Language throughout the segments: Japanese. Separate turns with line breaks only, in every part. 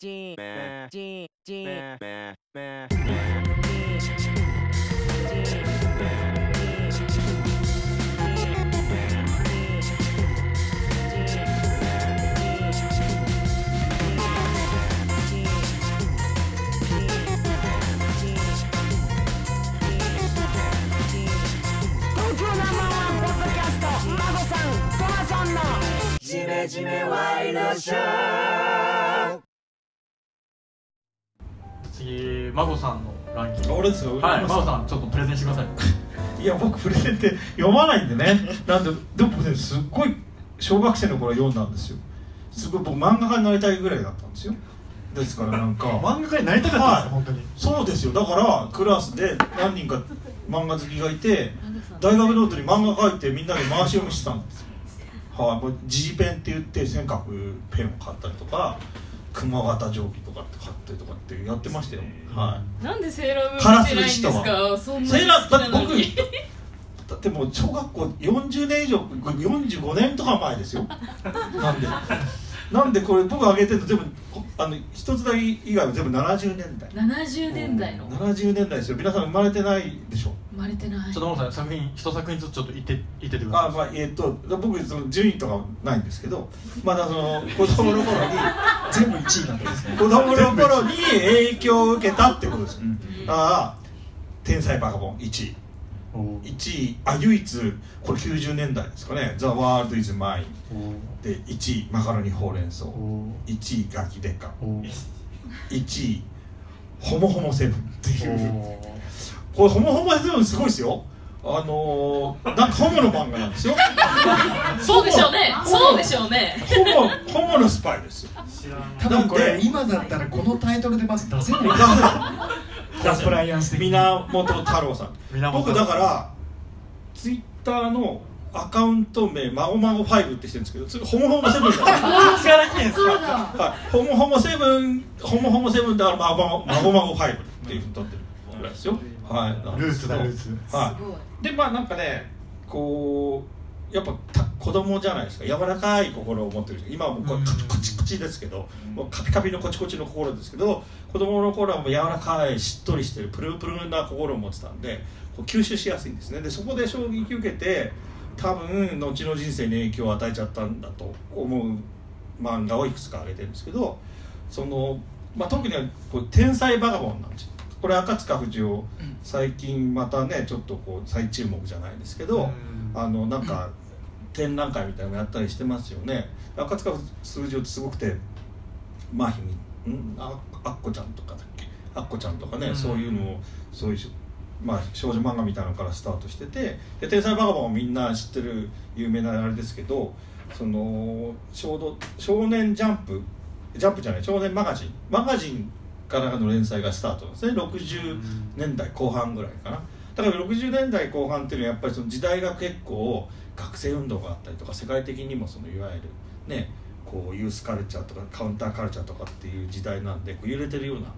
G G G G
次孫さんのランキング
俺ですよ
はい
今
孫さんちょっとプレゼンしてください
いや僕プレゼンって読まないんで ねなんででもねすっごい小学生の頃読んだんですよすごい僕漫画家になりたいぐらいだったんですよですからなんか
漫画家になりたかったんです
はい
よ、本当に
そうですよだからクラスで何人か漫画好きがいて大学ノートに漫画書いてみんなで回し読みしてたんですよはい、もう G ペンって言って尖閣ペンを買ったりとか熊形定規とかって買ったりとかってやってましたよ、はい
なんでセーラーム
カ
ーン
ラ
見
ス
て
の
ない
血
んです
とは
かそんな
セーラーだって
好きな
僕
のに
だってもう小学校40年以上45年とか前です よなんでなんでこれ僕挙げてるの全部あの一つだけ以外は全部70年代
70年代の
70年代ですよ皆さん生まれてないでしょ
生まれてない
ちょっと孫さん作品一作品ずつちょっと言って言っててくだ
あ
さ
まあえっ、と僕その順位とかはないんですけどまだその子供の頃に
全部1位なんですね
子供の頃に影響を受けたってことですよ、ああ天才バカボン1位
いおー
1位あ唯一これ90年代ですかね「The World is Mine
お」
で1位マカロニほうれん草
ーお
1位ガキデカ
ーおー
1位ホモホモセブンっていう
おー
これホモホモセブンすごいですよあのー、なんかホモの漫画なんですよ
そうでしょうねそうでしょうね
ホモホモのスパイですよ
多分こ
なん
れ
で
今だったらこのタイトルでまず出せない
だから
コンプライ アンス的に
源太郎さん
源
僕だからツイッターのアカウント名「まごまご5」ってしてるんですけどそれホモホモセブンじゃない
知らないんです
そうだ
はい、ホモホモセブン、ホモホモセブンだから、まごまご、まごファイブっていうふうに取ってるぐらいですよ。はい、なん
ル
で
ー
すけ
ツ
ど
だルーツ
は
ごい
い。で、まあ、なんかね、こう、やっぱ、た子供じゃないですか、柔らかい心を持ってる人、今はもうこ
う
れ
ん
カチコチコチですけど。もうカピカピのコチコチの心ですけど、子供の頃はもう柔らかい、しっとりしてる、プルプルな心を持ってたんで。こう吸収しやすいんですね。で、そこで衝撃受けて、多分後の人生に影響を与えちゃったんだと思う。漫画をいくつか挙げてるんですけどその、まあ、特にはこう天才バカボンなんですよこれ赤塚不二夫最近またねちょっとこう再注目じゃないですけど、
うん
あのなんか展覧会みたいなのやったりしてますよね赤塚不二夫ってすごくてまあひみんああっこちゃんとかだっけあっこちゃんとかね、
うん
そういうのをそういうし、まあ、少女漫画みたいなのからスタートしてて「で天才バカボン」はみんな知ってる有名なあれですけどその少ど少年ジャンプジャンプじゃない少年マガジンマガジンからの連載がスタートなんですね60年代後半ぐらいかなだから60年代後半っていうのはやっぱりその時代が結構学生運動があったりとか世界的にもそのいわゆるねこうユースカルチャーとかカウンターカルチャーとかっていう時代なんでこう揺れてるような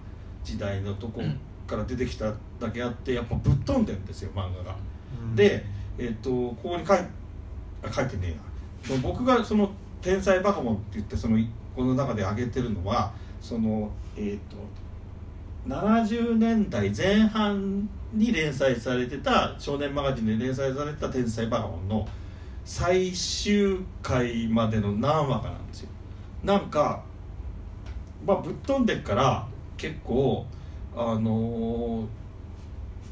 時代のとこから出てきただけあってやっぱぶっ飛んでるんですよ漫画が。で、えっとここに書いあ書いてねえなその僕がその「天才バカボン」って言ってそのこの中で挙げてるのはそのえっと70年代前半に連載されてた「少年マガジン」で連載されてた「天才バカボン」の最終回までの何話かなんですよ。なんかまあぶっ飛んでっから結構あのー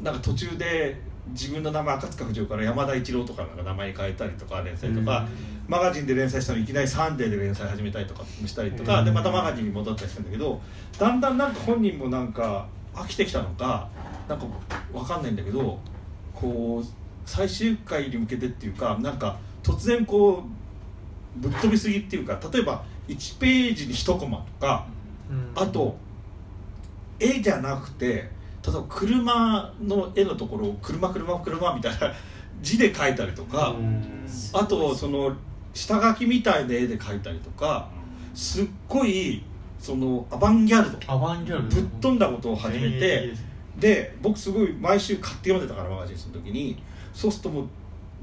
なんか途中で自分の名前赤塚不二夫から山田一郎とかなんか名前変えたりとか連載とか、マガジンで連載したのにいきなり「サンデー」で連載始めたりとかもしたりとか、
うん
でまたマガジンに戻ったりしたんだけどだんだんなんか本人もなんか飽きてきたのかなんかわかんないんだけどこう最終回に向けてっていうかなんか突然こうぶっ飛びすぎっていうか例えば1ページに1コマとか
うん
あと絵じゃなくて例えば車の絵のところを「車車車」みたいな字で書いたりとか、
うん
あとその下書きみたいな絵で描いたりとかすっごいそのアバンギャルド
アバンギャルド
ぶっ飛んだことを始め
え
てで僕すごい毎週買って読んでたからマガジンその時にそうするともう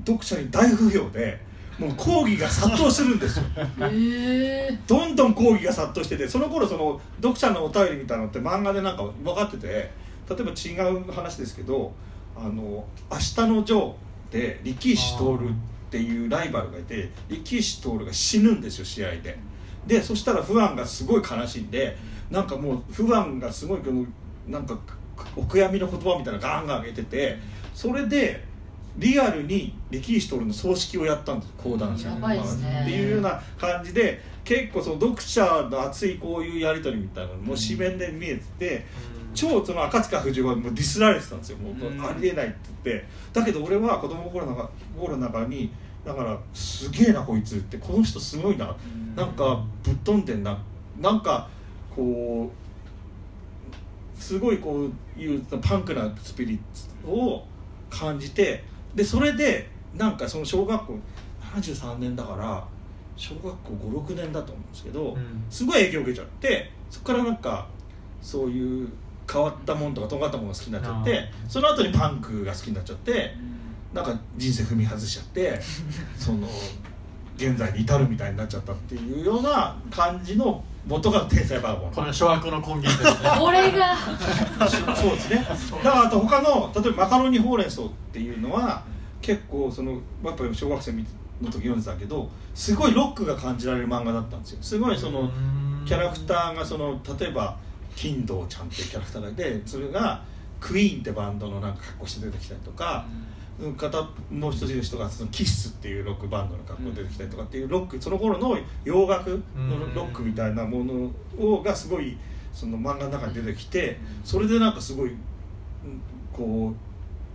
読者に大不評でもう抗議が殺到するんですよ
ええ
どんどん抗議が殺到しててその頃その読者のお便りみたいなのって漫画でなんか分かってて例えば違う話ですけど「あの明日のジョー」で力石徹っていうライバルがいて力石徹が死ぬんですよ試合で。でそしたらファンがすごい悲しんでなんかもうファンがすごいこのなんかお悔やみの言葉みたいなのガンガン上げててそれでリアルに力石徹の葬式をやったんです講談社
やばいですね
っていうような感じで結構その読者の熱いこういうやり取りみたいなのも紙面で見えてて。超その赤塚不二夫はもうディスられてたんですよもう
うん
ありえないって言ってだけど俺は子供心の中心の中にだからすげえなこいつってこの人すごいななんかぶっ飛んでんななんかこうすごいこういうパンクなスピリッツを感じてでそれでなんかその小学校73年だから小学校56年だと思うんですけど、
うん
すごい影響を受けちゃってそこからなんかそういう変わったもんとか尖ったものが好きになっちゃっ
あ
てその後にパンクが好きになっちゃってなんか人生踏み外しちゃってその現在に至るみたいになっちゃったっていうような感じの元が天才バーボン
これが諸悪の根源ですね
これが
そうですね。だからあと他の例えばマカロニほうれん草っていうのは結構そのやっぱり小学生の時読んでたけど、すごいロックが感じられる漫画だったんですよ。すごいそのキャラクターがその例えば金堂ちゃんっていうキャラクターがいて、それがクイーンってバンドのなんか格好して出てきたりとか。方もう一人の人がそのキッスっていうロックバンドの格好で出てきたりとかっていうロックその頃の洋楽のロックみたいなものをがすごいその漫画の中に出てきてそれでなんかすごいうんこ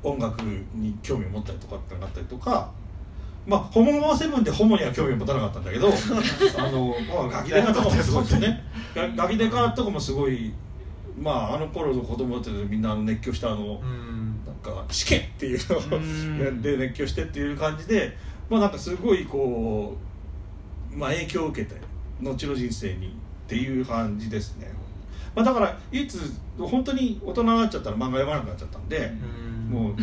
う音楽に興味を持ったりとかってのがあったりとか。まあ、ホモマセブンでホモには興味を持たなかったんだけど あの、まあ、ガキデカとかもすごいです ねガガキデカとかもすごいまああの頃の子供だってみんなあの熱狂したあの、
うん
なんか試験っていうの
うん
を やって熱狂してっていう感じでまあなんかすごいこう、まあ、影響を受けて後の人生にっていう感じですね、まあ、だからいつ本当に大人になっちゃったら漫画読まなくなっちゃったんで、
うん
もう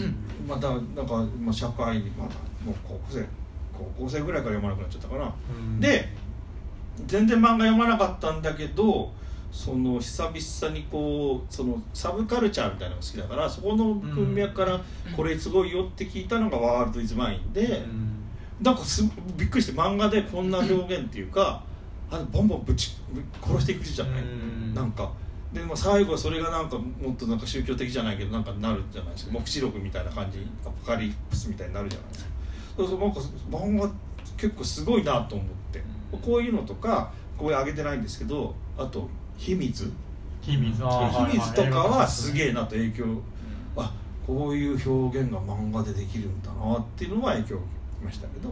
またなんかまあ社会にまだもう高校生高校生ぐらいから読まなくなっちゃったかな、
うん
で全然漫画読まなかったんだけどその久々にこうそのサブカルチャーみたいなのが好きだからそこの文脈からこれすごいよって聞いたのが「ワールド・イズ・マインで」
うん
なんかすごびっくりして漫画でこんな表現っていうかあのボンボンぶちぶ殺していくじゃない、
うん
なんかで、まあ、最後はそれがなんかもっとなんか宗教的じゃないけどなんかなるじゃないですか黙示録みたいな感じアポカリプスみたいになるじゃないですかそうそうなんか漫画結構すごいなと思ってこういうのとかこういう上げてないんですけどあと「秘密」
秘密あー
秘密とかはすげえ
な
なと影響あこういう表現が漫画でできるんだなっていうのは影響を受けましたけど、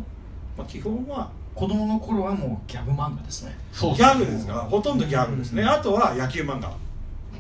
まあ、基本は
子供の頃はもうギャグ漫画ですね
そう
ギャグですからほとんどギャグですね、
うん
あとは野球漫画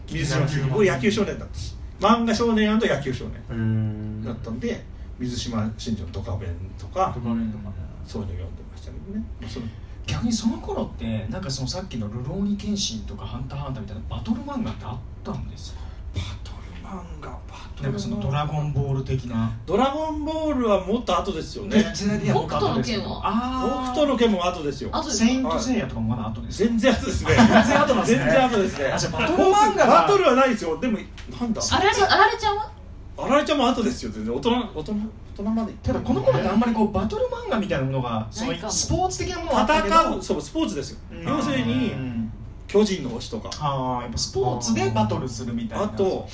水島新司僕野球少年だったし漫画少年野球少年
うん
だったんで水島新司のドカベンとか
ドカベンとかね
そういうの読んでましたけどね、まあその
逆にその頃ってなんかそのさっきの「ルローニケンシン」とか「ハンターハンター」みたいなバトル漫画ってあったんですか
バトル漫画バトル
なんかその「ドラゴンボール」的な
ドラゴンボールはもっと後ですよね
時代でやった後ですけど
北斗の拳は
北
ああ
斗の拳も後ですよ
あとです
セイン
か
トセイヤとかもまだ後です
全然後ですね
全然後なんですね
全然後ですね
あじゃあバトル漫画が
バトルはないですよでもなんだ
あられあられちゃんは
あられちゃんも後ですよ全然大人大人大人まで行って
ただこの頃ってあんまりこうバトル漫画みたいなものがその
ないかも
スポーツ的なものはあったけど
戦うそうスポーツですよ
うん
要するに
うん
巨人の星とか
ああやっぱスポーツでバトルするみたいな
あと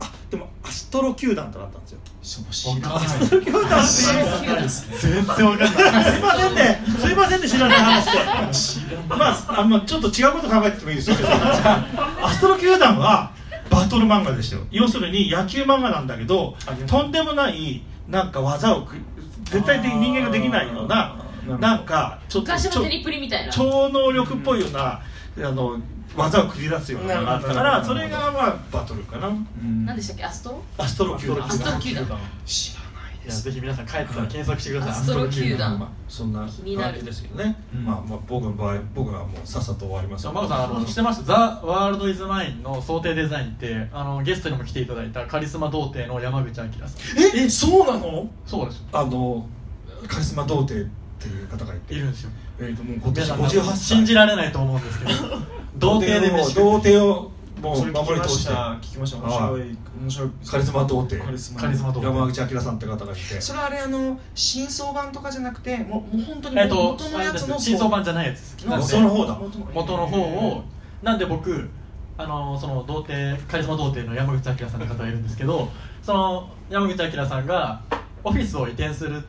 あでもアストロ球団となったんですよ
そう知ら
わ
ない
かん
知
球団って
知ら
いう
ない
らないですね
全然わかんない
すいませんねすいませんね知らない話で
知らない
まああまあちょっと違うこと考えててもいいですよアストロ球団はバトル漫画でしたよ要するに野球漫画なんだけど
あ野球
とんでもないなんか技をく絶対的に人間ができないような
あー
なんかちょっと
昔
ち
の
ょ
テニプリみたいな
超能力っぽいような、あの技を繰り出すようなのがあったか
なる
ら
ほ
そ
ど
れがまあバトルかな
何でしたっけアストロ
アストロ球団
アストロ球団
知らない
いやぜひ皆さん帰ったら検索してください
アストロ球団
まあそんな
気になる
感じですよね、
うん
まあまあ僕の場合僕はもうさっさと終わります
じゃあ真帆さんあの知ってました「ザ・ワールド・イズ・マイン」の想定デザインってあのゲストにも来ていただいたカリスマ童貞の山口明さん
えそうなの
そうですよ
あのカリスマ童貞っていう方がいて
いるんですよ
えー、ともう今年
皆
58
さん
歳
信じられないと思うんですけ ど童貞で飯食う
童貞をも
そうれ聞
守
き
り
ま
通
し
して
た聞きました面
はい
白い面白い
カリスマ童貞
カリスマ
カリスマ童
山
貞
口明さんって方がいて
それあれあの真相版とかじゃなくてもうもう本当に
えっと
元のやつの
真相版じゃないやつです
元の方だ
元の方をなんで僕あのその童貞カリスマ童貞の山口明さんの方がいるんですけどその山口明さんがオフィスを移転するっ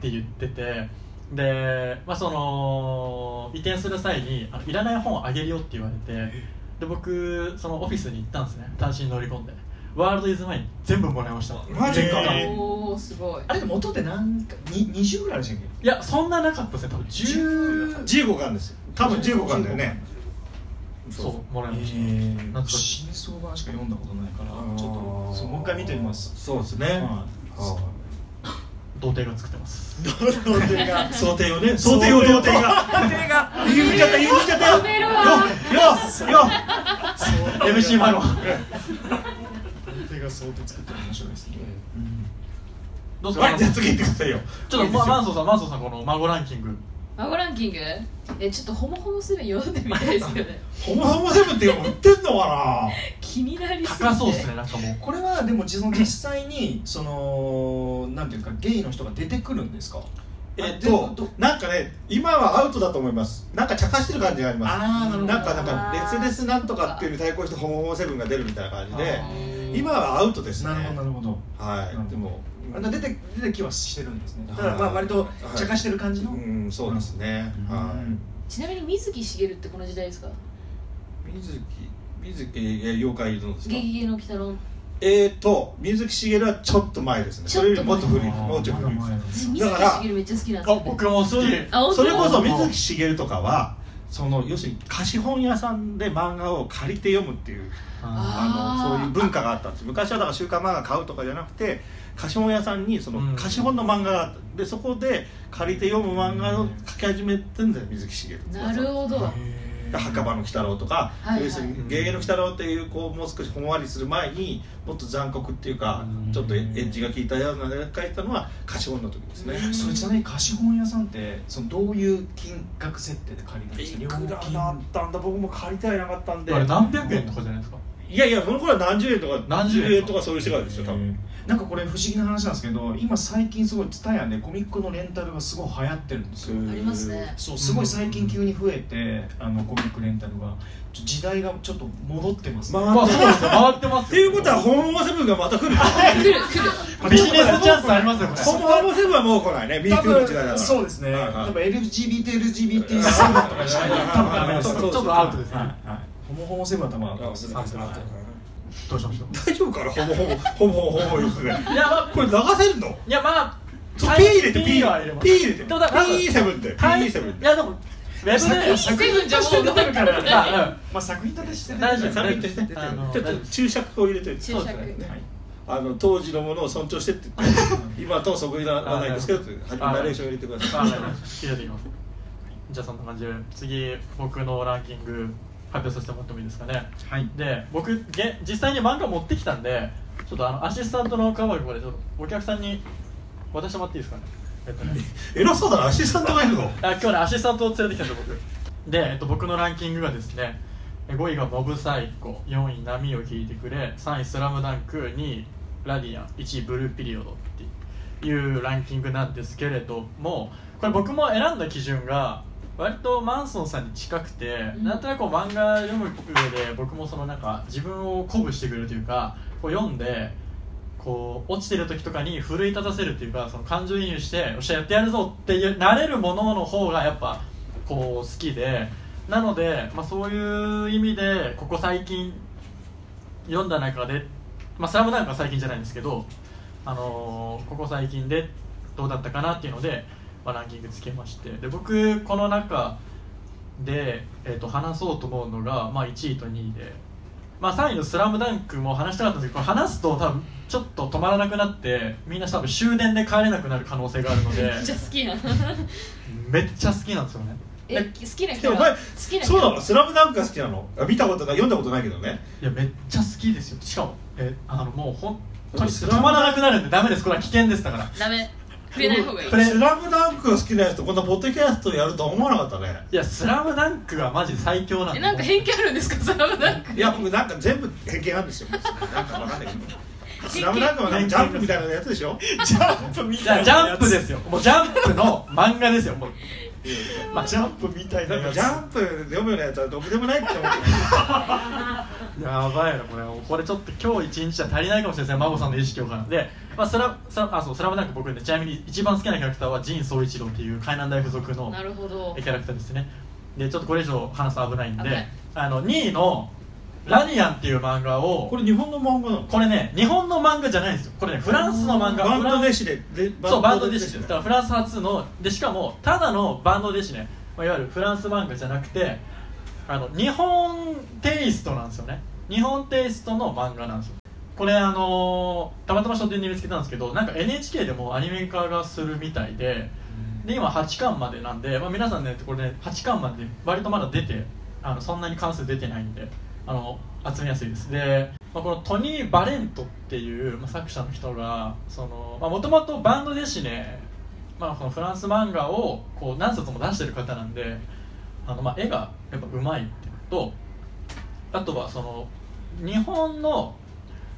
て言っててで、まあ、その移転する際にあのいらない本あげるよって言われてで僕そのオフィスに行ったんですね単身乗り込んでワールド・イズ・マイン全部もらいました
マジか
全巻
おおすごい
あれで元って何かに20ぐらいあるじゃんけ
いやそんななかったですね多分10
15巻ですよ多分15巻だよね
そうもらいました、
え
懐かしい
真相版しか読んだことないから
あー
ちょっとそうもう一回見てみます
そうですね、
は
は
童貞が作ってます
童貞が
い想定をね想定を童貞が
童貞が
言っちゃった言っちゃった よ
やめろよ
よよ
MC マロン
童貞が想定作って面白いですね
どうですか
はいじゃあ次行ってくださいよ
ちょっと、ま、マンソンさん、マンソンさん、この孫ランキング。
孫ランキングえちょっとホモホモセブン読んでみたいですけどね
ホモホモセブンって売ってんのか
気になりすぎて
高そうですね、なんかもう。
これはでも実実際にそのなんていうかゲイの人が出てくるんですか
なえっ
ど
となんかね今はアウトだと思いますなんか茶化してる感じがあります
ああなるほど
なんかなんか
あ
レ
ー
スレスなんとかっていうのに対抗してホモホモセブンが出るみたいな感じで
あー
今はアウトですね
なるほどなるほど
はいでも
あの出て出てきはしてるんですね
は
だ
い
からまあ割と茶化してる感じの、
うんそうですねは
うん
ちなみに水木しげるってこの時代ですか
い水木水木えー妖怪いるんですか
ゲゲゲの鬼太郎
えーと水木しげるはちょっと前ですね
ちょ
そ
っ
れ
と前
よりもっと古い
あー
もうちょい古い
まだ前
私水
だ
木
から
しげるめっちゃ好きなんです
あ
よ、、
僕も
そ
好き。
れ
あ本当
それこそ水木しげるとかはその要するに貸本屋さんで漫画を借りて読むっていう
あ
あ
あー
のそういう文化があったんです昔はだから週刊漫画買うとかじゃなくて貸本屋さんにそ
うん
の貸本の漫画があったでそこで借りて読む漫画を書き始めてんだよ水木しげるとか
なるほど
で墓場の鬼太郎とか、
はいはい
要するに「ゲゲゲの鬼太郎」っていうこうもう少しほんわりする前にもっと残酷っていうか
うん
ちょっとエッジが効いたようなのが書いてたのは貸本の時ですね
それちなみに貸本屋さんってそのどういう金額設定で借りるんですか
いくらだったんだ僕も借りてはいなかったんで
れ何百円とかじゃないですか。
いやいやその頃は何十円とか
何十円
とかそういう世界ですよ多分
なんかこれ不思議な話なんですけど今最近すごい TSUTAYA でコミックのレンタルがすごい流行ってるんですよ
ありますね
そうすごい最近急に増えてあのコミックレンタルがちょ時代がちょっと戻ってますね、
まあ、そうですよ、回ってますよ。
っていうことはホモホセブンがまた来る
来る来る
ビジネスチャンスありますよ、こ
ホ
れ。
モホセブンはもう来ないね b
多
2の
分
時代だから
そうですね、
はいはい
多分 LGBTLGBT セブンとかしないと多分ダメです
そうそう
ちょっとアウトですね
はいはいホモホモセブンは多分アウトです
あそうだそうだ
どうしましょう。
大丈夫かなホモホモホモホモホモ言ってね
いや、まあ、
これ流せるの
いや、まあ、
そう P 入れて P
ピーは入れ
入れて
ます
P 入れて
でもだから
P7 で
はい
P7
い
で
や、でも、ウェブ
作品
として出てるから、
で、まあ、うん
まあ、作品として出て
大
る
丈夫
から
サミットして
出てるあの
ちょっと注釈を入れて
注釈
そうです
ね
はい
あの当時のものを尊重してって言って今とはそこいらないですけどって
あ
ナレーション入れてくだ
あ
さ
はいい入れていきますじゃあそんな感じで次僕のランキング発表させてもらってもいいですかね
はい
で僕げ実際に漫画持ってきたんでちょっとあのアシスタントの川君までちょっとお客さんに渡してもらっていいですかねえっとね
偉そうだなアシスタントがいるの
あ今日ねアシスタントを連れてきたんで僕で、えっと、僕のランキングがですね5位が「モブサイコ」4位「波を聞いてくれ」3位「スラムダンク2位「ラディアン」1位「ブルーピリオド」っていうランキングなんですけれどもこれ僕も選んだ基準が割とマンソンさんに近くて、
うん
なんとなくこう漫画読む上で僕もそのなんか自分を鼓舞してくれるというかこう読んでこう落ちてる時とかに奮い立たせるっていうかその感情移入してよっしゃやってやるぞっていうなれるものの方がやっぱこう好きでなので、まあ、そういう意味でここ最近読んだ中で「まあ、スラムダンクは最近じゃないんですけど、あのーここ最近でどうだったかなっていうので、まあ、ランキングつけましてで僕この中で、えー、と話そうと思うのが、まあ、1位と2位で、まあ、3位の「スラムダンクも話したかったんですけどこれ話すと多分ちょっと止まらなくなってみんな多分終電で帰れなくなる可能性があるの で
めっちゃ好きな
めっちゃ好きなんですよね
え好きなキ
で
ャ
もお
ラ
前
好きなキ
そう
ャ
な
ラ
のスラムダンクが好きなのあ見たことない読んだことないけどね
いやめっちゃ好きですよしかもえあのもう本当に
ス
止
ラム
まらなくなるんでダメですこれは危険ですだから
ダメ触れない方がいい
これ
スラムダンクが好きなやつとこんなポッドキャストやるとは思わなかったね
いや「スラムダンクがマジ最強なん
え
だ
なんか偏見あるんですかそれはなんか
いや僕なんか全部偏見なんですよなんかわかんないけどスラムダンクはなんかジャンプみたいなやつでしょ
ジャンプみ
いや
たい
ジ
な
ャンプですすよもうジャンプの漫画ですよもう
まあジャンプみたいな
なんか
やつ
ジャンプで読むようなやつはどこでもないって思って
やばいなこれこれちょっと今日一日じゃ足りないかもしれないですね孫さんの意識をからで、まあ、スラスラあそうスラムダンク僕ねちなみに一番好きなキャラクターは仁宗一郎っていう海南大附属の
なるほど
キャラクターですねでちょっとこれ以上話すと危ないんで
危ない
あの2位の「ラニアン」っていう漫画を
これ日本の漫画なの
これね日本の漫画じゃないんですよこれねフランスの漫画
バンド
フラン
弟子でで
そうバンドディッシュ
弟
だ
子
からフランス発のでしかもただのバンドディッシュね、まあ、いわゆるフランス漫画じゃなくてあの日本テイストなんですよね日本テイストの漫画なんですよこれあのーたまたま書店で見つけたんですけどなんか NHK でもアニメ化がするみたいでで今8巻までなんで、まあ、皆さんねこれね8巻まで割とまだ出てあのそんなに関数出てないんであの集めやすいですで、まあ、このトニー・バレントっていう、まあ、作者の人がもともとバンドデシネ、まあ、このフランス漫画をこう何冊も出してる方なんであの、まあ、絵がやっぱうまいってこととあとはその日本の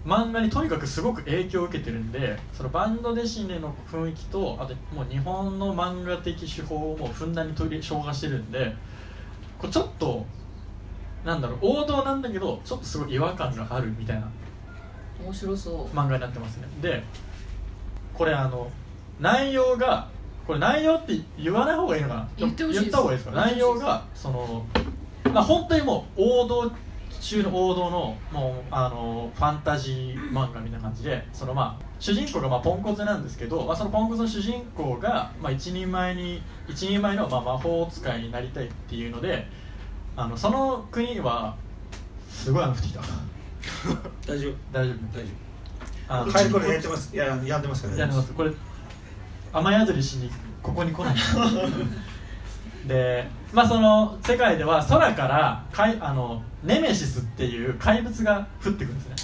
漫画にとにかくすごく影響を受けてるんでそのバンドデシネの雰囲気とあともう日本の漫画的手法をもうふんだんに取り消化してるんでこうちょっとなんだろう王道なんだけどちょっとすごい違和感があるみたいな
面白そう
漫画になってますねでこれあの内容がこれ内容って言わない方がいいのかな
言ってほしいです
言った方がいいですか
言って
内
ほしいです
容がそのまあ本当にもう王道中の王道のもうあのファンタジー漫画みたいな感じでそのまあ主人公がまあポンコツなんですけど、まあ、そのポンコツの主人公がまあ一人前に一人前のまあ魔法使いになりたいっていうのであのその国はすごい雨降ってきた
大丈夫
大丈夫
大丈
あの
夫帰りこれやってますいややってますから
いやでもこれ雨宿りしにここに来ないでまあその世界では空からかいあのネメシスっていう怪物が降ってくるんですね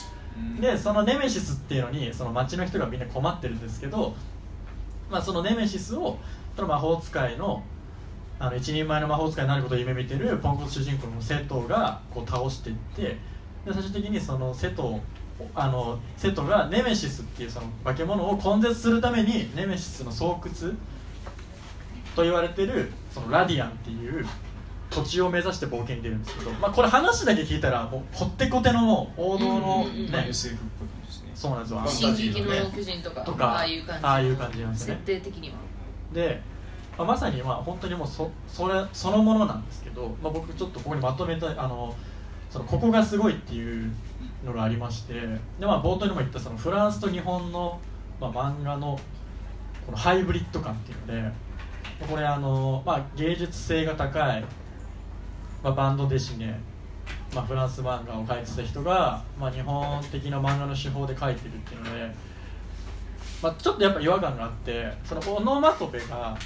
でそのネメシスっていうのにその町の人がみんな困ってるんですけど、まあ、そのネメシスをその魔法使いのあの一人前の魔法使いになることを夢見てるポンコツ主人公の瀬戸がこう倒していってで最終的にその瀬戸をあの瀬戸がネメシスっていうその化け物を根絶するためにネメシスの巣窟と言われてるそのラディアンっていう土地を目指して冒険に出るんですけど、まあ、これ話だけ聞いたらもうこってこてのもう王道のね、
うんうんうん
まあ SF っぽい感じですね
そうなんですよあの
ファン
進
タジー
撃
の
の
ね
巨人とか
とか
ああいう感じ
ああいう感じなんですね
設定的には
で、まあ、まさにまあ本当にもうそそれそのものなんですけど、まあ、僕ちょっとここにまとめたあのそのここがすごいっていうのがありましてで、まあ、冒頭にも言ったそのフランスと日本の、まあ、漫画のこのハイブリッド感っていうのでこれあの、まあ、芸術性が高い、まあ、バンドデシネ、まあ、フランス漫画を描いてた人が、まあ、日本的な漫画の手法で描いてるっていうので。まあ、ちょっとやっぱ違和感があってそのオノマトペが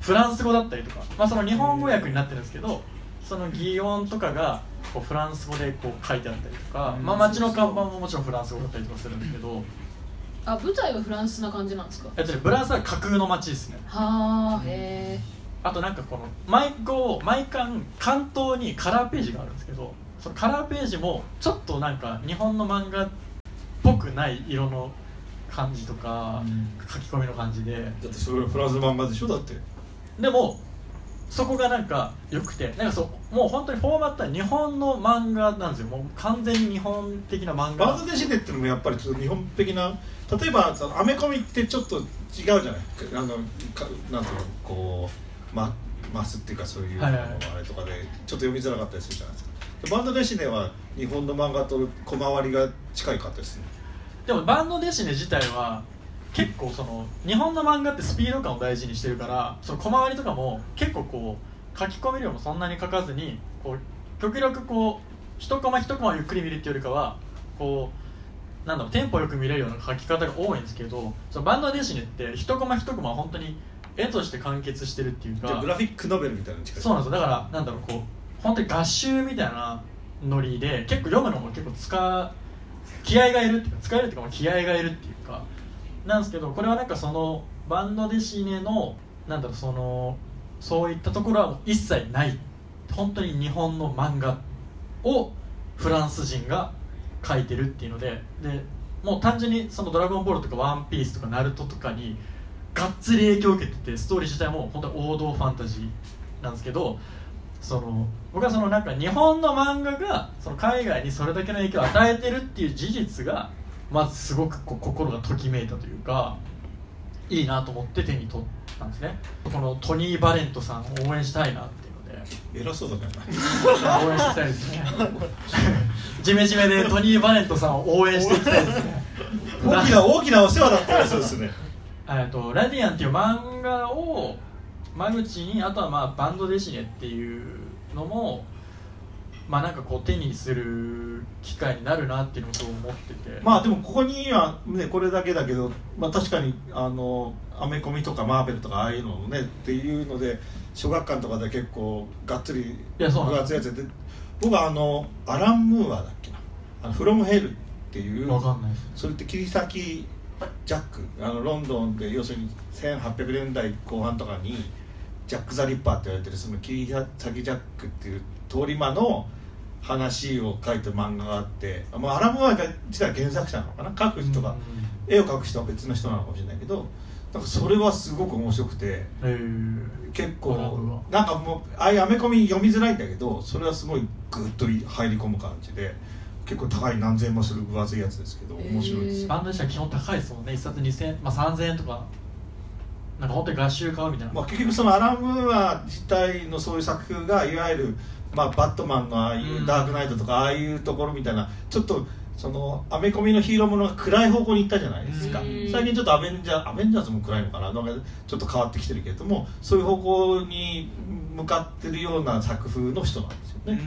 フランス語だったりとか、まあ、その日本語訳になってるんですけどその擬音とかがこうフランス語でこう書いてあったりとか、まあ、街の看板ももちろんフランス語だったりとかするんですけど
あ舞台はフランスな感じなんですかは
えっとねフランスは架空の街ですね
あへ
あとなんかこの毎号毎巻関東にカラーページがあるんですけどそのカラーページもちょっとなんか日本の漫画っぽくない色の感じとか、書き込みの感じで
だってそれフランスの漫画でしょだって
でもそこがなんか良くてなんかそうもう本当にフォーマットは日本の漫画なんですよもう完全に日本的な漫
バ
画
ンドデシネっていうのもやっぱりちょっと日本的な例えばそのアメコミってちょっと違うじゃないあのかなんていうのこうまマスっていうかそういうの
はい
あ
はいはい
れとかでちょっと読みづらかったりするじゃないですかでバンドデシネは日本の漫画と小回りが近いかったですね
でもバンドデシネ自体は結構その日本の漫画ってスピード感を大事にしてるからその小回りとかも結構こう書き込み量もそんなに書かずにこう極力こう一コマ一コマゆっくり見るっていうよりかはこうなんだろうテンポよく見れるような書き方が多いんですけどそのバンドデシネって一コマ一コマ本当に絵として完結してるっていう
じゃ
か
あグラフィックノベルみたいなのに近い
そうなんですよだからなんだろうこう本当に合集みたいなノリで結構読むのも結構使う気合がいるっていうか使えるっていうかもう気合がいるっていうかなんですけどこれはなんかそのバンドデシネのなんだろうそのそういったところはもう一切ない本当に日本の漫画をフランス人が描いてるっていうのででもう単純にその「ドラゴンボール」とか「ワンピースとか「ナルトとかにがっつり影響を受けててストーリー自体も本当に王道ファンタジーなんですけどその僕はそのなんか日本の漫画がその海外にそれだけの影響を与えてるっていう事実がまずすごくこう心がときめいたというかいいなと思って手に取ったんですねこのトニー・バレントさんを応援したいなっていうので
偉そうだね
応援していきたいです ねジメジメでトニー・バレントさんを応援していきたいですね
大きな大きなお世話だったらそうですね
えっと「ラディアン」っていう漫画を間口にあとはまあバンドデシネっていうのもまあなんかこう手にする機会になるなっていうのをそう思ってて
まあでもここにはねこれだけだけど、まあ、確かにあのアメコミとかマーベルとかああいうのをねっていうので小学館とかで結構がっつり
いやそうなんで
分
す
厚いやつで僕はあのアラン・ムーアだっけな「あのフロム・ヘル」っていう
わかんないです
それって切り裂きジャックあのロンドンで要するに1800年代後半とかにジャック・ザ・リッパーって言われてるその切り裂きジャックっていう通り魔の話を書いた漫画があって、まあ、アラム・ワイが実は原作者なのかな描く人が、絵を描く人は別の人なのかもしれないけどなんかそれはすごく面白くて
うんうん
結
アラム
構
は
なんかもうああいうアメコミ読みづらいんだけどそれはすごいグッと入り込む感じで結構高い何千円もする分厚いやつですけど面白いですよ
へー
バンドデシネは基本高いですもんね一冊2000、まあ、3000円とかなんか本当に合集買うみたいな、
まあ、結局そのアラン・ムーア自体のそういう作風がいわゆる、まあ、バットマンのああいううんダークナイトとかああいうところみたいなちょっとそのアメコミのヒーローものが暗い方向に行ったじゃないですか
うん
最近ちょっとアベンジャーアベンジャーズも暗いのかななんかちょっと変わってきてるけれどもそういう方向に向かってるような作風の人なんですよね、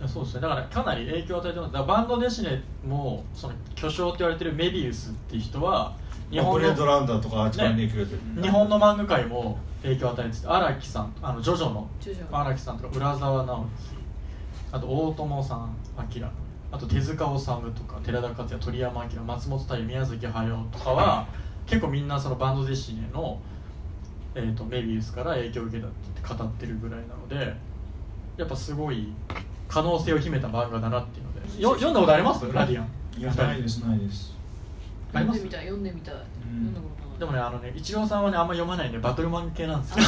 いやそうですねだからかなり影響を与えてますだからバンドデシネもその巨匠って言われてるメビウスっていう人は日
まあ、ブ
本
レード
の
ランダーとかあっちからに影響出てる
日本の漫画界も影響を与えてて荒木さんあのジョジョの
ジョジョ
荒木さんとか浦沢直樹あと大友さん明あと手塚治虫とか寺田克也鳥山明松本太陽宮崎駿とか は結構みんなそのバンドデシネの、えー、とメビウスから影響を受けたって語ってるぐらいなのでやっぱすごい可能性を秘めた漫画だなっていうのでよ読んだことありますラディアン
いやないですないです
あり
読ん
ま
ですみたい読んでみたい、
ん
読んだことない
でもねあのねイチローさんはねあんま読まないんでバトルマン系なんですよ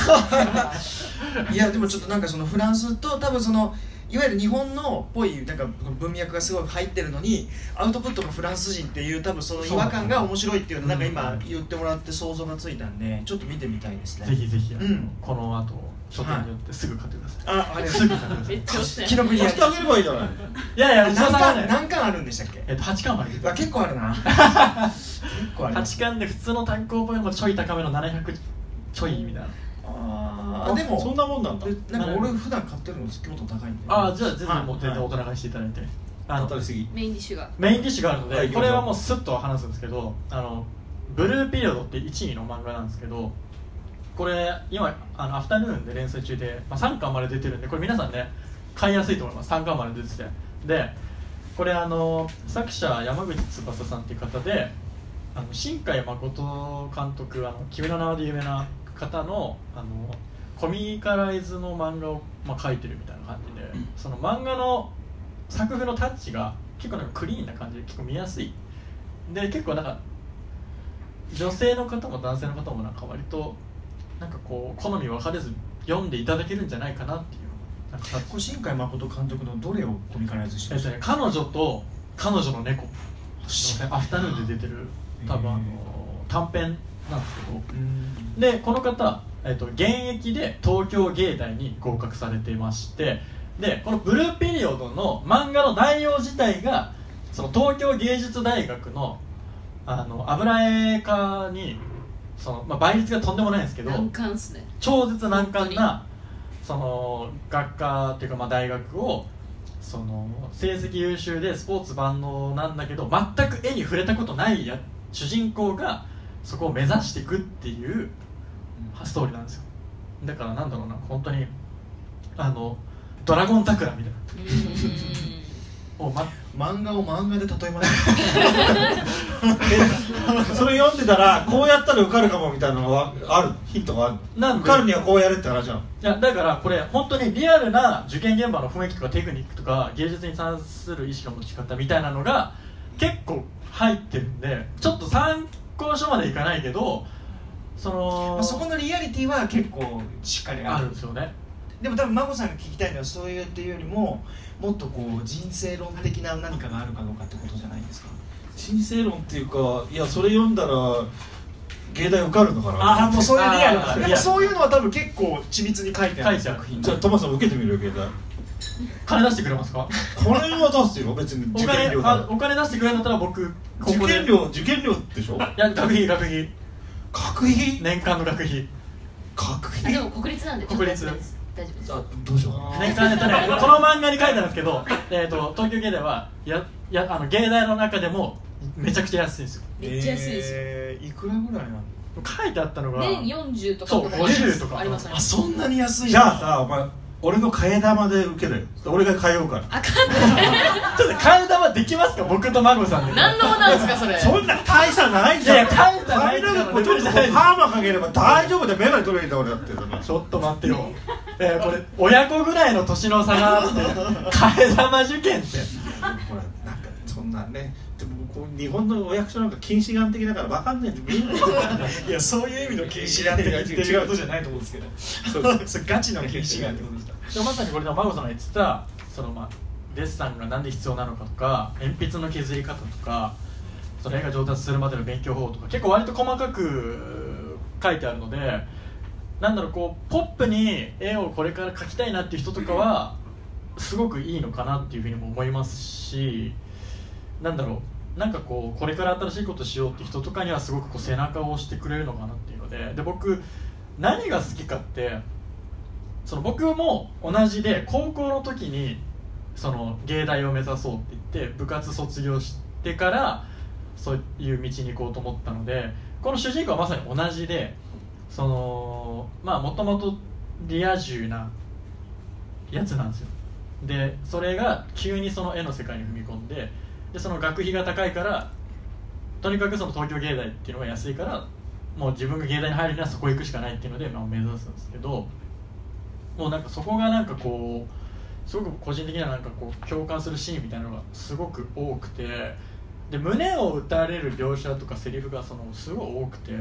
あ
いやでもちょっとなんかそのフランスと多分そのいわゆる日本のっぽいなんか文脈がすごい入ってるのにアウトプットがフランス人っていう多分その違和感が面白いっていうのなんか今言ってもらって想像がついたんでちょっと見てみたいですね
ぜひぜひ、あの
うん
この後書店によってすぐ買ってください、
ああれ
すぐ買ってくださ
め
い
っちゃ押して
記録に
貸
や
してあげればいいじゃない
いやいや、
何
内田さんは
巻
ね、
何巻あるんでしたっけ
えっと、8巻まで出て
あ
る。
結構あるな結構ある
8巻で普通の単行本よりもちょい高めの700ちょいみたいな。
あーでも
そんなもんなんだ
でなんか俺普段買ってるの京都高いんで
ああ、じゃあ、全然
はい
もう全然大人買いしていただいて。あ
当
の
たりすぎ
メインディッシュが
メインディッシュがあるので、
はい
これはもうスッと話すんですけどあのブルーピリオドって1位の漫画なんですけどこれ今あのアフタヌーンで連載中で、まあ、3巻まで出てるんでこれ皆さんね買いやすいと思います3巻まで出ててでこれあの作者山口翼さんっていう方であの新海誠監督あの「君の名は」で有名な方のあのコミカライズの漫画を、まあ、描いてるみたいな感じでその漫画の作風のタッチが結構なんかクリーンな感じで結構見やすいで結構なんか女性の方も男性の方もなんか割となんかこう好み分かれず読んでいただけるんじゃないかなっていうなんかタッチ
これ新海誠監督のどれをコミカライズして
え
る
っとね彼女と彼女の猫アフタヌーンで出てる多分あの短編なんですけど
うん
でこの方、えっと現役で東京芸大に合格されてましてでこの「ブルーピリオド」の漫画の内容自体がその東京芸術大学のあの油絵科にその、まあ、倍率がとんでもないんですけど
難関っすね
超絶難関なその学科っていうかまあ大学をその成績優秀でスポーツ万能なんだけど全く絵に触れたことないや主人公がそこを目指していくっていうストーリーなんですよだからなんだろうな本当にあの「ドラゴン桜」みたいな
うーん
もう、ま、
漫画を漫画で例えまし
えそれ読んでたらこうやったら受かるかもみたいなのはあるヒントがある
なんで
受かるにはこうやれって話なの
いやだからこれ本当にリアルな受験現場の雰囲気とかテクニックとか芸術に関する意識の持ち方みたいなのが結構入ってるんでちょっと参考書までいかないけどその、
たそこのリアリティは結構しっかりあ
あ
る
るんですよね
でも多分真子さんが聞きたいのはそういうっていうよりももっとこう人生論的な何かがあるかどうかってことじゃないですか
人生論っていうかいやそれ読んだら芸大受かるのか
ああ
な
もうそういうリアル
あ
な
ー
なんかそういうのは多分結構緻密に書いてあ
書い
る
てある
じゃあトマさん受けてみるよ芸大
金出してくれますか
これは出すよ別に
お
受
金
験料だ
あお金出してくれるんだったら僕こ
受
こで
験料受験料でしょ
いや学費学費
学費
年間の学費
学
あ
費
でも国立なんでちょっと
国立
大丈夫です大丈夫です
あどうしようか
年間でとねこの漫画に書いてあるんですけど、えー、と東京芸大はいやいやあの芸大の中でもめちゃくちゃ安いんですよ
めっちゃ安いですよ
えーいくらぐらいなの
書いてあったのが
年40とか
そう50とか
ありますあり
あ
ます
そんなに安い
じゃあさお前俺の替え玉で受けるよ俺が替えようから
あかんない
ちょっと替え玉できますか僕とマゴさんで
何のもなんですかそれ
そんな大差ないじゃん
いやいや大差ない
髪の毛こうちょっとこうパーマかければ大丈夫で目が取れるんだ俺だって
ちょっと待ってよえーこれ親子ぐらいの年の差があって替え玉受験って
ほらなんかそんなねでもこう日本のお役所なんか近視眼的だから分かんないってみんな言ってる
いやそういう意味の禁止眼っていうことじゃないと思うんですけどそ れガチの禁止眼ってことですか
でもまさにこれでマゴさんが言ってたそのまあデッサンが何で必要なのかとか鉛筆の削り方とかその絵が上達するまでの勉強法とか結構割と細かく書いてあるのでなんだろうこうポップに絵をこれから描きたいなっていう人とかはすごくいいのかなっていうふうにも思いますしなんだろうなんかこうこれから新しいことしようって人とかにはすごくこう背中を押してくれるのかなっていうのでで僕何が好きかってその僕も同じで高校の時にその芸大を目指そうって言って部活卒業してからそういう道に行こうと思ったのでこの主人公はまさに同じでそのまあもともとリア充なやつなんですよでそれが急にその絵の世界に踏み込んででその学費が高いからとにかくその東京芸大っていうのが安いからもう自分が芸大に入るにはそこ行くしかないっていうので、まあ、目指すんですけどもうなんかそこがなんかこうすごく個人的にはなんかこう共感するシーンみたいなのがすごく多くてで胸を打たれる描写とかセリフがそのすごい多くて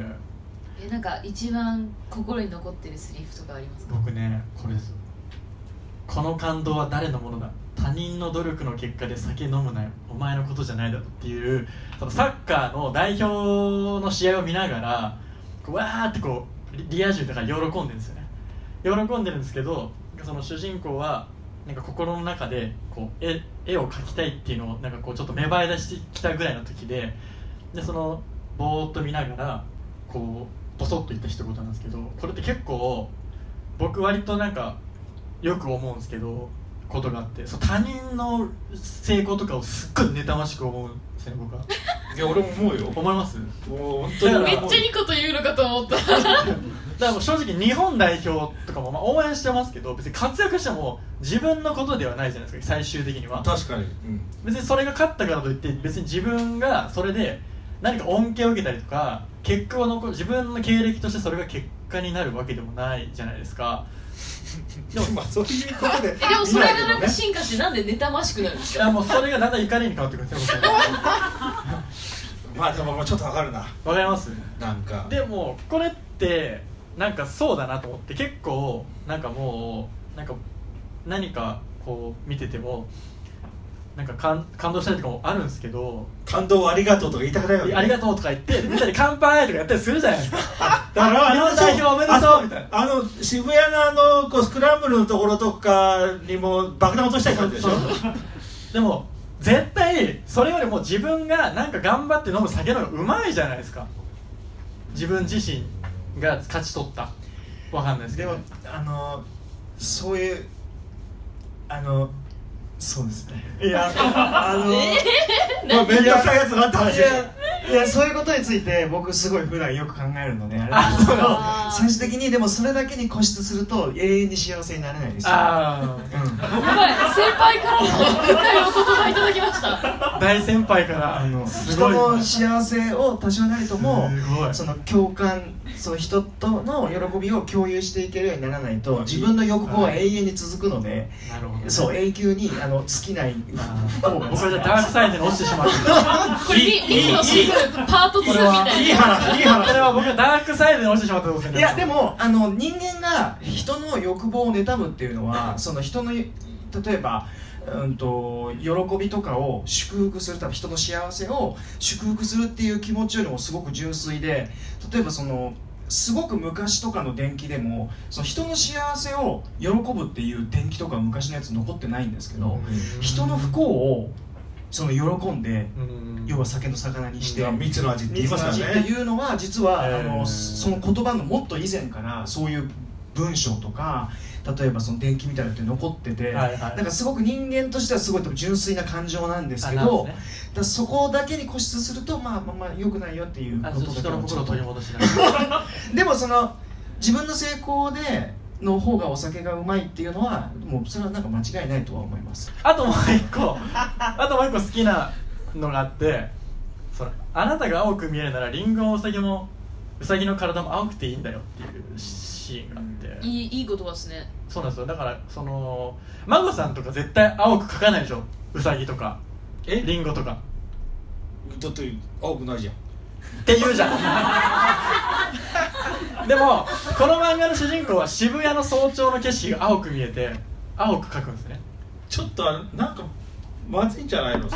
えなんか一番心に残ってるセリフとかありますか
僕ねこれですこの感動は誰のものだ他人の努力の結果で酒飲むなよお前のことじゃないだろっていうそのサッカーの代表の試合を見ながらこうわーってこうリリア充だから喜んでるんですよね喜んでるんですけどその主人公はなんか心の中でこう絵絵を描きたいっていうのをなんかこうちょっと芽生え出してきたぐらいの時ででそのぼーっと見ながらこうボソッと言った一言なんですけどこれって結構僕割となんかよく思うんですけどことがあってそう他人の成功とかをすっごい妬ましく思うんですね僕はい
や俺も思うよ
思います
もう本
だから
めっちゃいいこと言うのかと思った
だからもう正直日本代表とかもまあ応援してますけど別に活躍しても自分のことではないじゃないですか最終的には
確かに、うん、
別にそれが勝ったからといって別に自分がそれで何か恩恵を受けたりとか結果を残自分の経歴としてそれが結果になるわけでもないじゃないですか
でも まあそういうことで
えでもそれがなんか
い
進化してなんで妬ましくなるんです
い
か
やもうそれがだんだん怒りに変わってくるんですよ僕は
まあでももうちょっとわかるな
わかります
なんか
でもこれってなんかそうだなと思って結構なんかもうなんか何かこう見ててもなんか感感動したりとかもあるんですけど
感動をありがとうとか言いたくないわけ
ありがとうとか言ってみんなで乾杯とかやったりするじゃないですか
だからあ
日本代表おめでとうみたいな
あの渋谷のあのこうスクランブルのところとかにも爆弾落としたい感じでしょ
でも絶対それよりも自分がなんか頑張って飲む酒の方がうまいじゃないですか自分自身が勝ち取ったわかんないですけ
で
ど
もあのそういうあのそうですねいやあの、
もうめんどくさいやつなんて話
いやいやそういうことについて僕すごい普段よく考えるのであれなんですけど
あー
最終的にでもそれだけに固執すると永遠に幸せになれないですよ、
あ
うん、
やばい先輩からの深いお言葉いただきました
あ大先輩から
あの
す
人
ごい
の幸せを多少なりとも
すごい
その共感その人との喜びを共有していけるようにならないと
うん
自分の欲望は永遠に続くので
なるほど
そう永久にあの尽きない
あ
不幸
ー
が
僕はじゃあダークサイドに落ちてしまった
これリリスのシーズンパート2み
これは
たいない
い話いい話これは僕はダークサイドに落ちてしまったことですね
いやでもあの人間が人の欲望を妬むっていうのはその人の例えばうんと喜びとかを祝福するため人の幸せを祝福するっていう気持ちよりもすごく純粋で例えばそのすごく昔とかの伝記でもその人の幸せを喜ぶっていう伝記とか昔のやつ残ってないんですけど、人の不幸をその喜んで
うん
要は酒の魚にして、
蜜の味って言いますから
水の味って
ね
いうのは実は、
えー
あのその言葉のもっと以前からそういう文章とか例えばその伝記みたいなのって残ってて、
はいはい
だからすごく人間としてはすごい多分純粋な感情なんですけ
あな
ど
んで
だからそこだけに固執するとまあまあまあ良くないよっていうこ
あ
と
ちょっと
だけ
人
は
の
ち
心
ょ
を
っと
取り戻しながら
でもその自分の成功での方がお酒がうまいっていうのはもうそれはなんか間違いないとは思います
あともう一個あともう一個好きなのがあってそのあなたが青く見えるならリンゴもウサギもウサギの体も青くていいんだよっていうシーンがあって、
いいいい言葉ですね
そうなんですよだからその孫さんとか絶対青く描かないでしょウサギとか
え
リンゴとか
だって青くないじゃん
って言うじゃんでもこの漫画の主人公は渋谷の早朝の景色が青く見えて青く描くんですね
ちょっとあれなんかまずいんじ ゃないの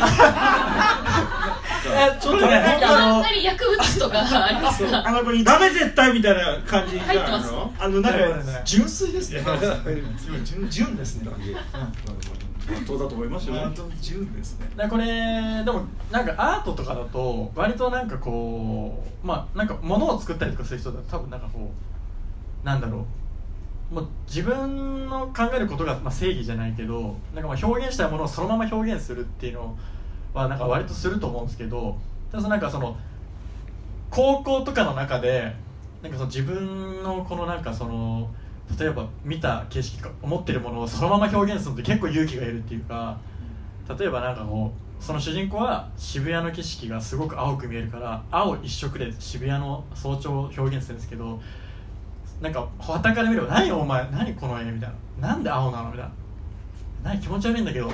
えちょっとね
なん
あの
かあんまり薬物とかありますか
あのこれ
ダメ絶対みたいな感じじゃない
入って
の
あの
なるほどね
純粋ですね
すごい
純純ですね
本当だと思いますよ
本当純ですね
だからこれでもなんかアートとかだと割となんかこうまあなんか物を作ったりとかする人だと多分なんかこうなんだろうもう自分の考えることが、まあ、正義じゃないけどなんかまあ表現したいものをそのまま表現するっていうのはなんか割とすると思うんですけどただそのなんかその高校とかの中でなんかその自分のこのなんかその例えば見た景色とか思ってるものをそのまま表現するのって結構勇気がいるっていうか例えばなんかこうその主人公は渋谷の景色がすごく青く見えるから青一色で渋谷の早朝を表現するんですけどなんか傍から見れば「何お前何この絵」みたいな「なんで青なの?」みたいな「何気持ち悪いんだけど」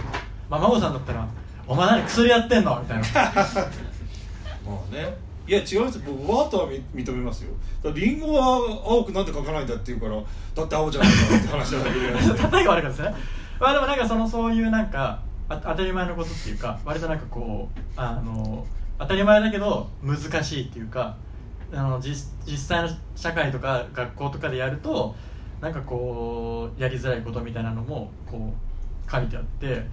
まあ、孫さんだったら「お前何薬やってんの?」みたいな
まあねいや違うんです僕アートは認認めますよだからリンゴは青くなんで描かないんだって言うからだって青じゃないからって話なんだけ ど
例えが悪かったですねまあでもなんかそのそういうなんかあ当たり前のことっていうか割となんかこうあの当たり前だけど難しいっていうかあの実実際の社会とか学校とかでやるとなんかこうやりづらいことみたいなのもこう書いてあって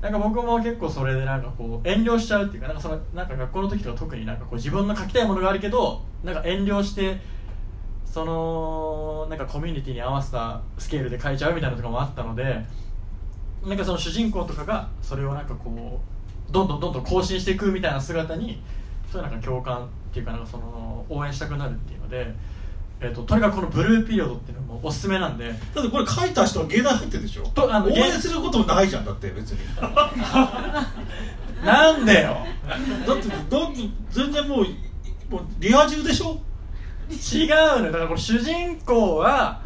なんか僕も結構それでなんかこう遠慮しちゃうっていうかなんかそのなんか学校の時とか特になんかこう自分の書きたいものがあるけどなんか遠慮してそのなんかコミュニティに合わせたスケールで書いちゃうみたいなのとかもあったのでなんかその主人公とかがそれをなんかこうどんどんどんどん更新していくみたいな姿にそういうなんか共感っていうかなんかその応援したくなるっていうので、えー、ととにかくこのブルーピリオドっていうのもおすすめなんで
だってこれ書いた人は芸大入ってるでしょ
とあの
応援することもないじゃんだって別にだ
なんで よ
ってだって全然もうもうリハ中でしょ
違うのよだからこれ主人公は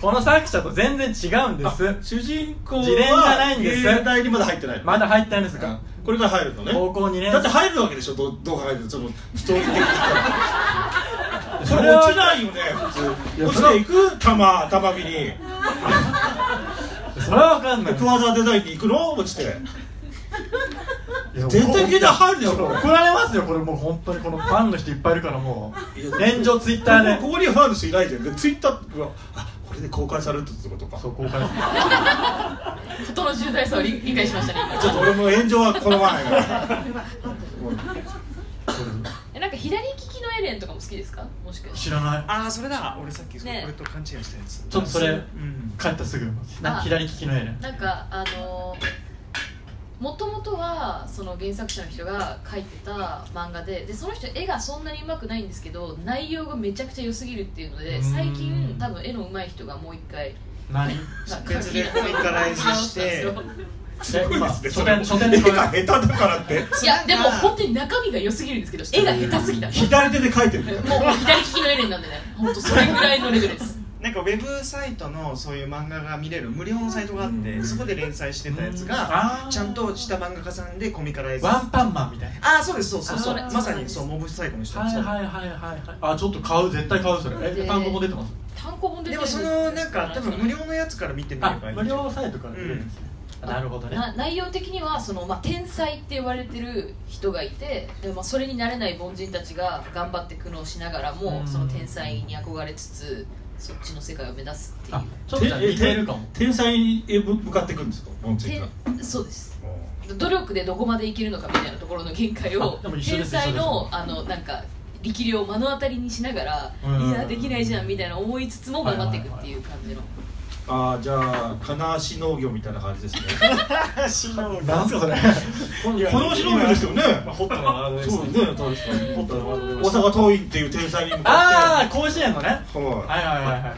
この作者と全然違うんです
主人公は
自伝じゃないんです
芸大にまだ入ってないの
まだ入ってないんです
う
か
んこれから入るのね
高校2年生
だって入るわけでしょどうどう考えてもそのストーリー的に
そ
そ
れ
れ落
は
ちないよね普
いや
通落ちていく玉玉見に
それは分かんない
クワザーデザインに行くの落ちて
いや
絶対芸大入るでしょこれ
怒られますよこれもう本当にこのファンの人いっぱいいるからも
いや
う炎上ツイッター
こ
で
こにファンの人いないじゃんでツイッターがあこれで公開されるってことか
そう公開
事の重大さを理理解しましたね
ちょっと俺も炎上は好まないから
えなんか左利きのエレンとかも好きですかもしかして
知らない
ああそれだ俺さっきそ
ね
れと勘違いしたやつ
ちょっとそれ
うん
帰ったすぐなんか左利きの絵ね
なんかあのーもともとはその原作者の人が書いてた漫画ででその人絵がそんなに上手くないんですけど内容がめちゃくちゃ良すぎるっていうの
う
で
ん
最近多分絵の上手い人がもう一回
何
別でコミカライズ して
すごいですね
え
それ
まあ書店書店
絵
で
が下手だからって
いやでも本
当
当に中身が良すぎるんですけど絵が下手すぎたも
左手で描いてるみたいうな
もう左利きのエレンなんでね本当それぐらいのレベルです
なんかウェブサイトのそういう漫画が見れる無料のサイトがあって、
うん
そこで連載してたやつが
が
ちゃんとした漫画家さんでコミカライズ
ワンパンマンみたいな
ああそうですそうそうそう
あー
まさにそうモブサイコの人、
はいはいはいはいはいあちょっと買う絶対買うそれえ
で
単語も出てます
単行本
そう
で
でもそのなんか多分無料のやつから見てみれば
あ
いいんじゃない
無 料サイトから出てるんですねあなるほどね
な内容的にはその、まあ、天才って言われてる人がいてで、まあ、それになれない凡人たちが頑張って苦悩しながらも、
うん
その天才に憧れつつそっちの世界を目指すってい
あ
う
ちょっとじゃあ似てるかも
天才に向かっていくんですかボンチェンが
てそうです努力でどこまでいけるのかみたいなところの限界を
あでも一緒
天
です
才
一緒
のあのなんか力量を目の当たりにしながら、
うん
いやできないじゃんみたいな思いつつも頑張っていくっていう感じの、
ああじゃあ金足農業みたいな感じですね
死 の
なんすかそれ
金足農業ですよね
ホットなワード
そうね確かに
ホットなワードで
大阪桐蔭っていう天才に向か
あ
っ
あ甲子園のね
ては
はいはいはいは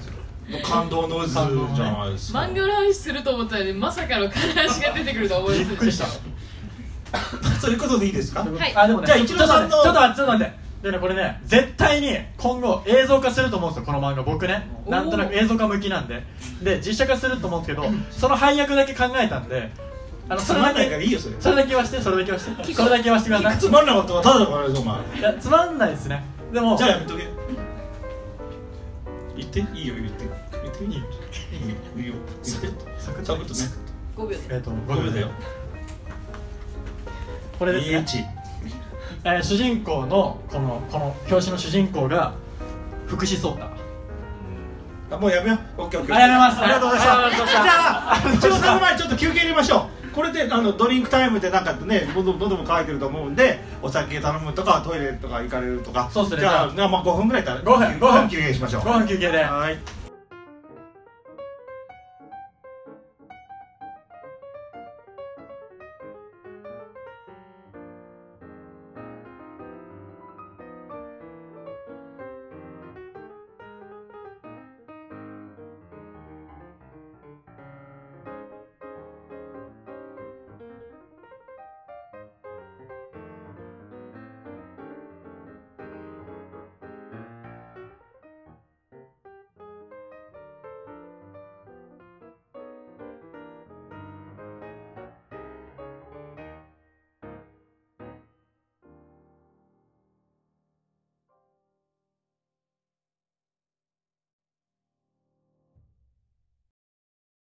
い
いの感動の渦じゃないですか
漫画の話すると思ったらねまさかの金足が出てくるとは思い
びっ
ませんで
くりした
そういうことでいいですか
はい
あでもね
じゃあ一郎さんの
ちょっと待ってちょっと待ってちょっと待ってでねこれね絶対に今後映像化すると思うんですよこの漫画僕ね
おー
なんとなく映像化向きなんでで実写化すると思うんですけどその配役だけ考えたんであの
つ
それ
ま
だ
んないから
け
いいよそれ
それだけ言わしてそれだけ言わしてそれだけ言わしてください
つまんなかったらただだからですお前
いやつまんないですねでも
じゃあやめとけ言っていいよ言って言っていいよいいよサクッとサクッとね
5秒で
えっと
5秒だよ
これですね、
DH
えー主人公のこのこの表紙の主人公が福士蒼太
あもうやめようオッケーオッケー
あやめます
ありがとうござい
あ
ま
りがとうご
し
ざい
た
ま
じ
し
ゃあ一応その前にちょっと休憩入れましょうこれであのドリンクタイムでなんかね喉喉も乾いてると思うんでお酒頼むとかトイレとか行かれるとか
そうっすね
じゃあ
じ
じゃあまあ5分ぐらいだ
5分5分
休憩しましょう
5分休憩で
はい